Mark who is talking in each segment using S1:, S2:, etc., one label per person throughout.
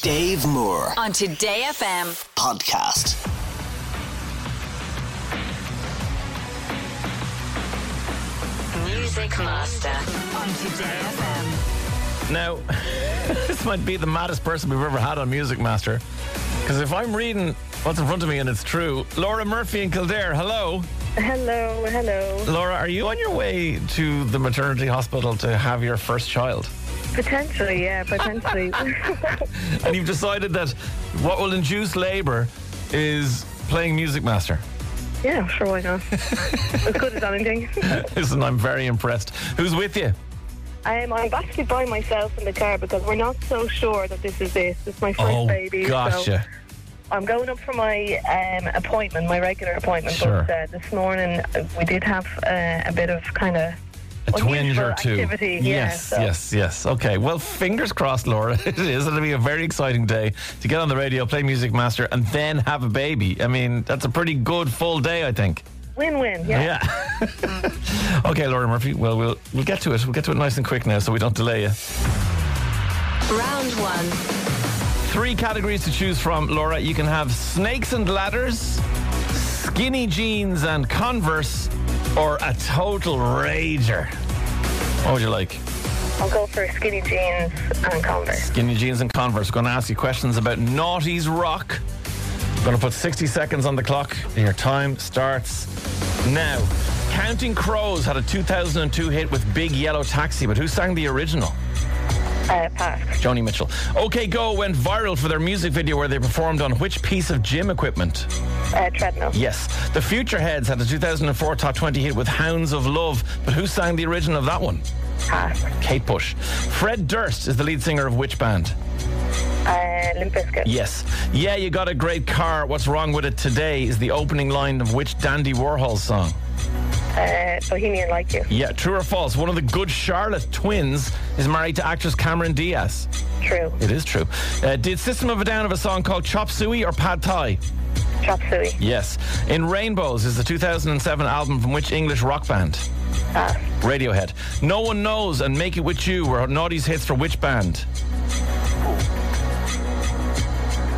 S1: Dave Moore
S2: on Today FM.
S1: podcast.
S2: Music Master on Today FM.
S3: Now, this might be the maddest person we've ever had on Music Master. Because if I'm reading what's in front of me and it's true, Laura Murphy in Kildare, hello.
S4: Hello, hello.
S3: Laura, are you on your way to the maternity hospital to have your first child?
S4: Potentially, yeah, potentially.
S3: And you've decided that what will induce labour is playing Music Master.
S4: yeah, sure, why not? as good as anything.
S3: Listen, I'm very impressed. Who's with you?
S4: Um, I'm actually by myself in the car because we're not so sure that this is it. It's my first
S3: oh,
S4: baby. So
S3: gotcha.
S4: I'm going up for my um, appointment, my regular appointment.
S3: Sure.
S4: But uh, this morning uh, we did have uh, a bit of kind of
S3: a twinge or two.
S4: Activity. yeah,
S3: Yes,
S4: so-
S3: yes, yes. Okay. Well, fingers crossed, Laura. It is. It'll be a very exciting day to get on the radio, play Music Master, and then have a baby. I mean, that's a pretty good full day, I think.
S4: Win-win. Yeah.
S3: Yeah. okay, Laura Murphy. Well, we'll we'll get to it. We'll get to it nice and quick now, so we don't delay you.
S2: Round one.
S3: Three categories to choose from, Laura. You can have snakes and ladders, skinny jeans and Converse, or a total rager. What would you like?
S4: I'll go for skinny jeans and Converse.
S3: Skinny jeans and Converse. Going to ask you questions about Naughty's Rock. Going to put 60 seconds on the clock, and your time starts now. Counting Crows had a 2002 hit with Big Yellow Taxi, but who sang the original?
S4: Uh, pass.
S3: Joni Mitchell. OK Go went viral for their music video where they performed on which piece of gym equipment?
S4: Uh, treadmill.
S3: Yes. The Future Heads had a 2004 top 20 hit with Hounds of Love, but who sang the original of that one?
S4: Pass.
S3: Kate Bush. Fred Durst is the lead singer of which band?
S4: Uh, Limp Bizkit.
S3: Yes. Yeah, you got a great car. What's wrong with it today is the opening line of which Dandy Warhol song?
S4: Uh, Bohemian Like You.
S3: Yeah, true or false? One of the good Charlotte twins is married to actress Cameron Diaz.
S4: True.
S3: It is true. Uh, did System of a Down have a song called Chop Suey or Pad Thai?
S4: Chop Suey.
S3: Yes. In Rainbows is the 2007 album from which English rock band?
S4: Pass.
S3: Radiohead. No One Knows and Make It With You were Naughty's hits for which band?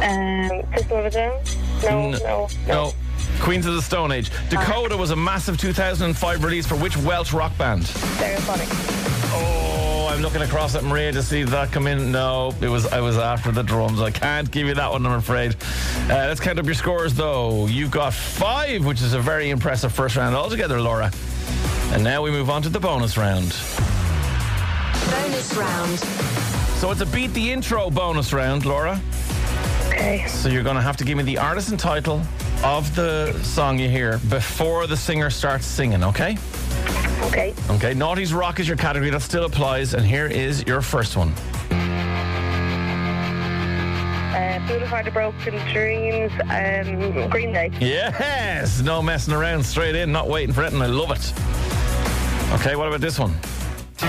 S4: Um, System of a Down? No, no, no.
S3: No. Queens of the Stone Age. Dakota was a massive 2005 release for which Welsh rock band?
S4: Stereophonic.
S3: Oh, I'm looking across at Maria to see that come in. No, it was I was after the drums. I can't give you that one, I'm afraid. Uh, let's count up your scores, though. You've got five, which is a very impressive first round altogether, Laura. And now we move on to the bonus round.
S2: Bonus round.
S3: So it's a beat the intro bonus round, Laura.
S4: Okay.
S3: So you're going to have to give me the artist and title of the song you hear before the singer starts singing. Okay?
S4: Okay.
S3: Okay. Naughty's rock is your category. That still applies. And here is your first one.
S4: Uh, Boulevard of Broken Dreams, um, Green Day.
S3: Yes, no messing around, straight in, not waiting for it, and I love it. Okay, what about this one?
S4: Take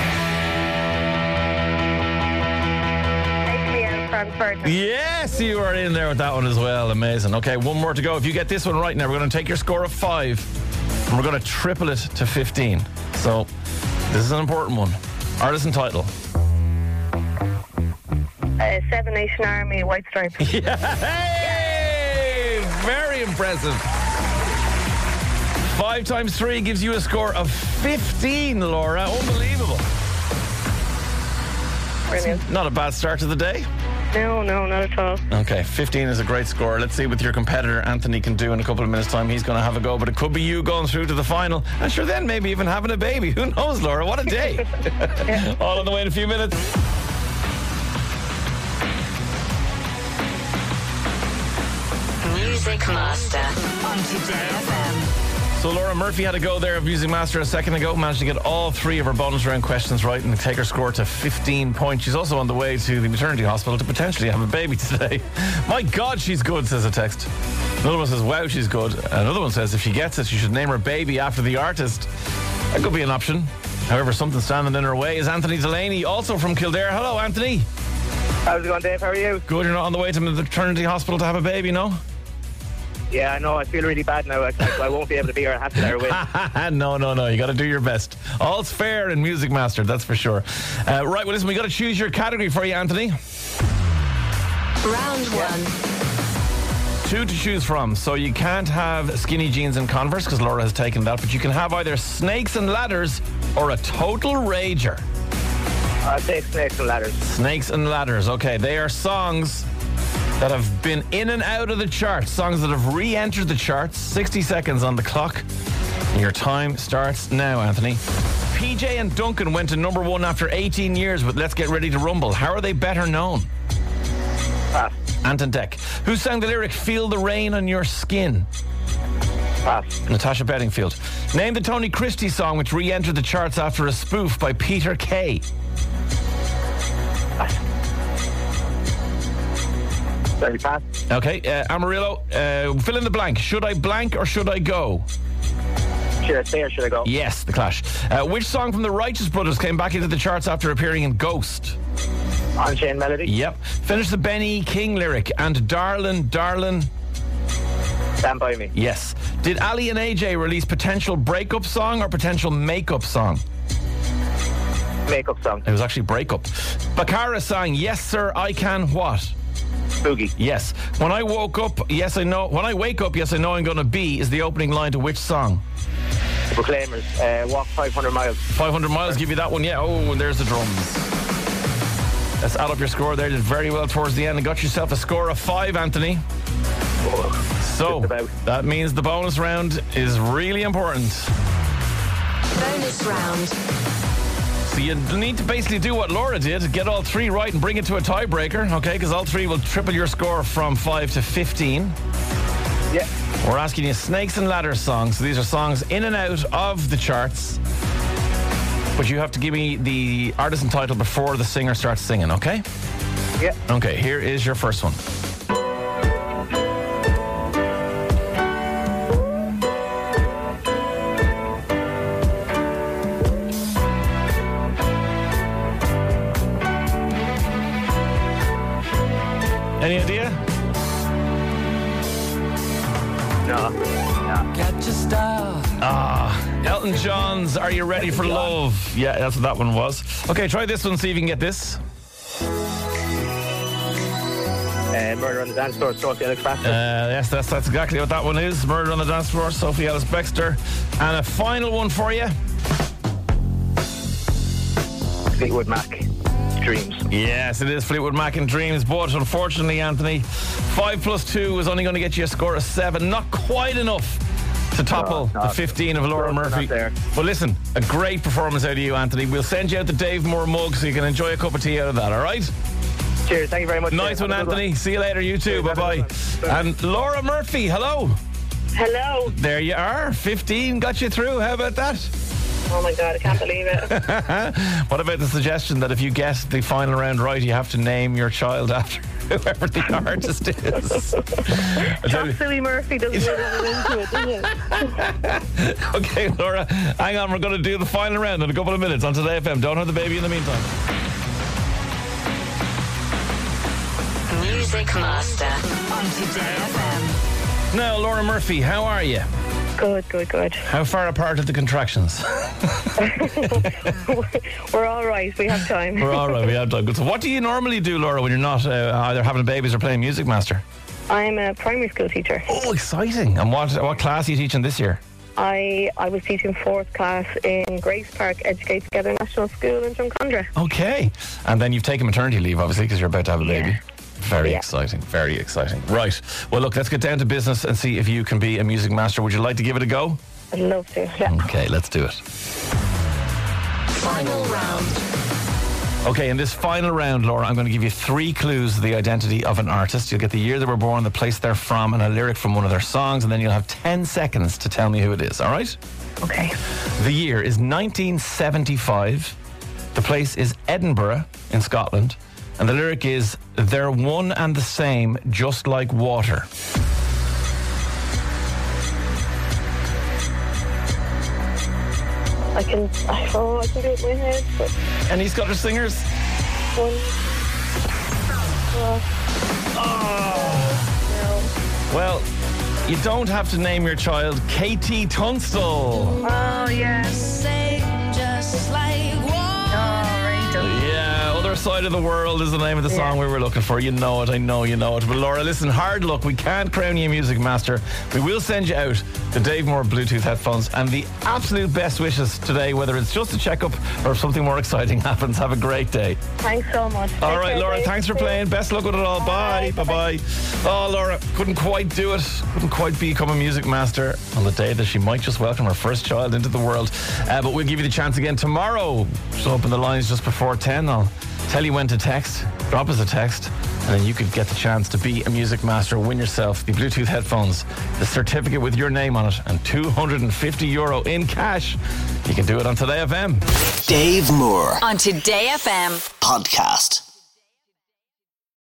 S4: me out, Franz Ferdinand.
S3: Yes, you are in there with that one as well. Amazing. Okay, one more to go. If you get this one right now, we're going to take your score of five and we're going to triple it to 15. So, this is an important one. Artist and title.
S4: Uh, Seven Nation Army, White Stripe.
S3: Hey! Very impressive. Five times three gives you a score of 15, Laura. Unbelievable.
S4: Brilliant.
S3: Not a bad start to the day.
S4: No, no, not at all.
S3: Okay, 15 is a great score. Let's see what your competitor Anthony can do in a couple of minutes' time. He's going to have a go, but it could be you going through to the final. And sure, then maybe even having a baby. Who knows, Laura? What a day. All on the way in a few minutes.
S2: Music Master on Today FM.
S3: So, Laura Murphy had a go there of Music Master a second ago, managed to get all three of her bonus round questions right and take her score to 15 points. She's also on the way to the maternity hospital to potentially have a baby today. My God, she's good, says a text. Another one says, wow, she's good. Another one says, if she gets it, she should name her baby after the artist. That could be an option. However, something standing in her way is Anthony Delaney, also from Kildare. Hello, Anthony.
S5: How's it going, Dave? How are you?
S3: Good, you're not on the way to the maternity hospital to have a baby, no?
S5: Yeah, I know. I feel really bad now. I, I won't be able to be here. I have to there with.
S3: no, no, no. You got to do your best. All's fair in Music Master, that's for sure. Uh, right, well, listen, we got to choose your category for you, Anthony.
S2: Round one.
S3: Two to choose from. So you can't have skinny jeans and Converse because Laura has taken that, but you can have either snakes and ladders or a total rager.
S5: Uh, take snakes and ladders.
S3: Snakes and Ladders. Okay, they are songs that have been in and out of the charts, songs that have re entered the charts. 60 seconds on the clock. Your time starts now, Anthony. PJ and Duncan went to number one after 18 years with Let's Get Ready to Rumble. How are they better known?
S5: Pass.
S3: Anton Deck. Who sang the lyric Feel the Rain on Your Skin?
S5: Pass.
S3: Natasha Bedingfield. Name the Tony Christie song which re entered the charts after a spoof by Peter Kay.
S5: Sorry, pass.
S3: Okay, uh, Amarillo, uh, fill in the blank. Should I blank or should I go?
S5: Should I stay or should I go?
S3: Yes, The Clash. Uh, which song from the Righteous Brothers came back into the charts after appearing in Ghost?
S5: On chain melody.
S3: Yep. Finish the Benny King lyric and Darlin, Darlin.
S5: Stand by me.
S3: Yes. Did Ali and AJ release potential breakup song or potential makeup song?
S5: Makeup song.
S3: It was actually breakup. Bakara sang Yes Sir I Can What?
S5: Boogie.
S3: Yes. When I woke up, yes I know. When I wake up, yes I know I'm gonna be is the opening line to which song?
S5: The Proclaimers. Uh, walk 500 miles.
S3: 500 miles, give you that one. Yeah. Oh, and there's the drums. Let's add up your score there. Did very well towards the end and got yourself a score of five, Anthony.
S5: Oh,
S3: So
S5: Just about.
S3: that means the bonus round is really important.
S2: Bonus round.
S3: So you need to basically do what Laura did get all three right and bring it to a tiebreaker, okay? Because all three will triple your score from five to 15.
S5: Yeah.
S3: We're asking you snakes and ladders songs. So these are songs in and out of the charts. But you have to give me the artist and title before the singer starts singing, okay?
S5: Yeah.
S3: Okay, here is your first one. Any idea?
S5: No. No.
S1: Catch a star.
S3: Uh, Elton John's Are You Ready for Love? Yeah, that's what that one was. Okay, try this one, see if you can get this.
S5: Uh, murder on the dance floor. Sophie Alex Baxter.
S3: Uh, yes, that's, that's exactly what that one is. Murder on the Dance Floor, Sophie Ellis Bextor. And a final one for you.
S5: Fleetwood Mac. Dreams.
S3: Yes, it is Fleetwood Mac and Dreams, but unfortunately, Anthony, 5 plus 2 was only going to get you a score of 7. Not quite enough to topple
S5: No,
S3: the
S5: not-
S3: 15 of Laura
S5: not
S3: Murphy.
S5: there.
S3: But listen, a great performance out of you, Anthony. We'll send you out the Dave Moore mug so you can enjoy a cup of tea out of that, all right?
S5: Cheers. Thank you very much.
S3: Nice
S5: Cheers.
S3: one,
S5: Have a good
S3: Anthony. See you later. You too.
S5: Cheers, have
S3: Bye
S5: a
S3: bye.
S5: good one.
S3: And Laura Murphy, hello.
S4: Hello.
S3: There you are. 15 got you through. How about that?
S4: Oh my god, I can't believe it.
S3: What about the suggestion that if you get the final round right, you have to name your child after whoever the artist is? I tell you-
S4: Suey Murphy doesn't know there's a ring to it, does it?
S3: okay, Laura, hang on. We're going to do the final round in a couple of minutes on Today FM. Don't have the baby in the meantime.
S2: Music Master. On Today FM.
S3: Now, Laura Murphy, how are you?
S4: Good, good, good.
S3: How far apart are the contractions?
S4: We're all right. We have time.
S3: We're all right. We have time. Good. So, what do you normally do, Laura, when you're not uh, either having babies or playing Music Master?
S4: I'm a primary school teacher.
S3: Oh, exciting! And what what class are you teaching this year?
S4: I I was teaching fourth class in Grace Park Educate Together National School in Drumcondra.
S3: Okay, and then you've taken maternity leave, obviously, because you're about to have a baby. Very
S4: Yeah.
S3: exciting. Very exciting. Right. Well, look, let's get down to business and see if you can be a music master. Would you like to give it a go?
S4: I'd love to. Yeah.
S3: Okay, let's do it.
S2: Final round.
S3: Okay, in this final round, Laura, I'm going to give you three clues to the identity of an artist. You'll get the year they were born, the place they're from, and a lyric from one of their songs, and then you'll have 10 seconds to tell me who it is, all right?
S4: Okay.
S3: The year is 1975. The place is Edinburgh in Scotland. And the lyric is They're one and the same, just like water.
S4: I can. I, oh, I can do it in my head. But
S3: Any Scottish singers?
S4: one. Oh.
S3: Well, you don't have to name your child Katie Tunstall.
S4: Oh yes.
S6: Same, just like water.
S4: Oh, right.
S3: Yeah, other Side of the World is the name of the song we were looking for. You know it, I know you know it. But Laura, listen, hard luck. We can't crown you a music master. We will send you out the Dave Moore Bluetooth headphones and the absolute best wishes today, whether it's just a checkup or if something more exciting happens. Have a great day.
S4: Thanks so much.
S3: All right, Laura, thanks for playing. Best luck with it all. Bye. Bye bye. Oh, Laura, couldn't quite do it. Couldn't quite become a music master on the day that she might just welcome her first child into the world. Uh, but we'll give you the chance again tomorrow. Just open the lines just before 10. I'll tell you when to text. Drop us a text, and then you could get the chance to be a music master. Win yourself the Bluetooth headphones, the certificate with your name on it, and 250 euro in cash. You can do it on Today FM.
S1: Dave Moore
S2: On Today FM.
S1: podcast.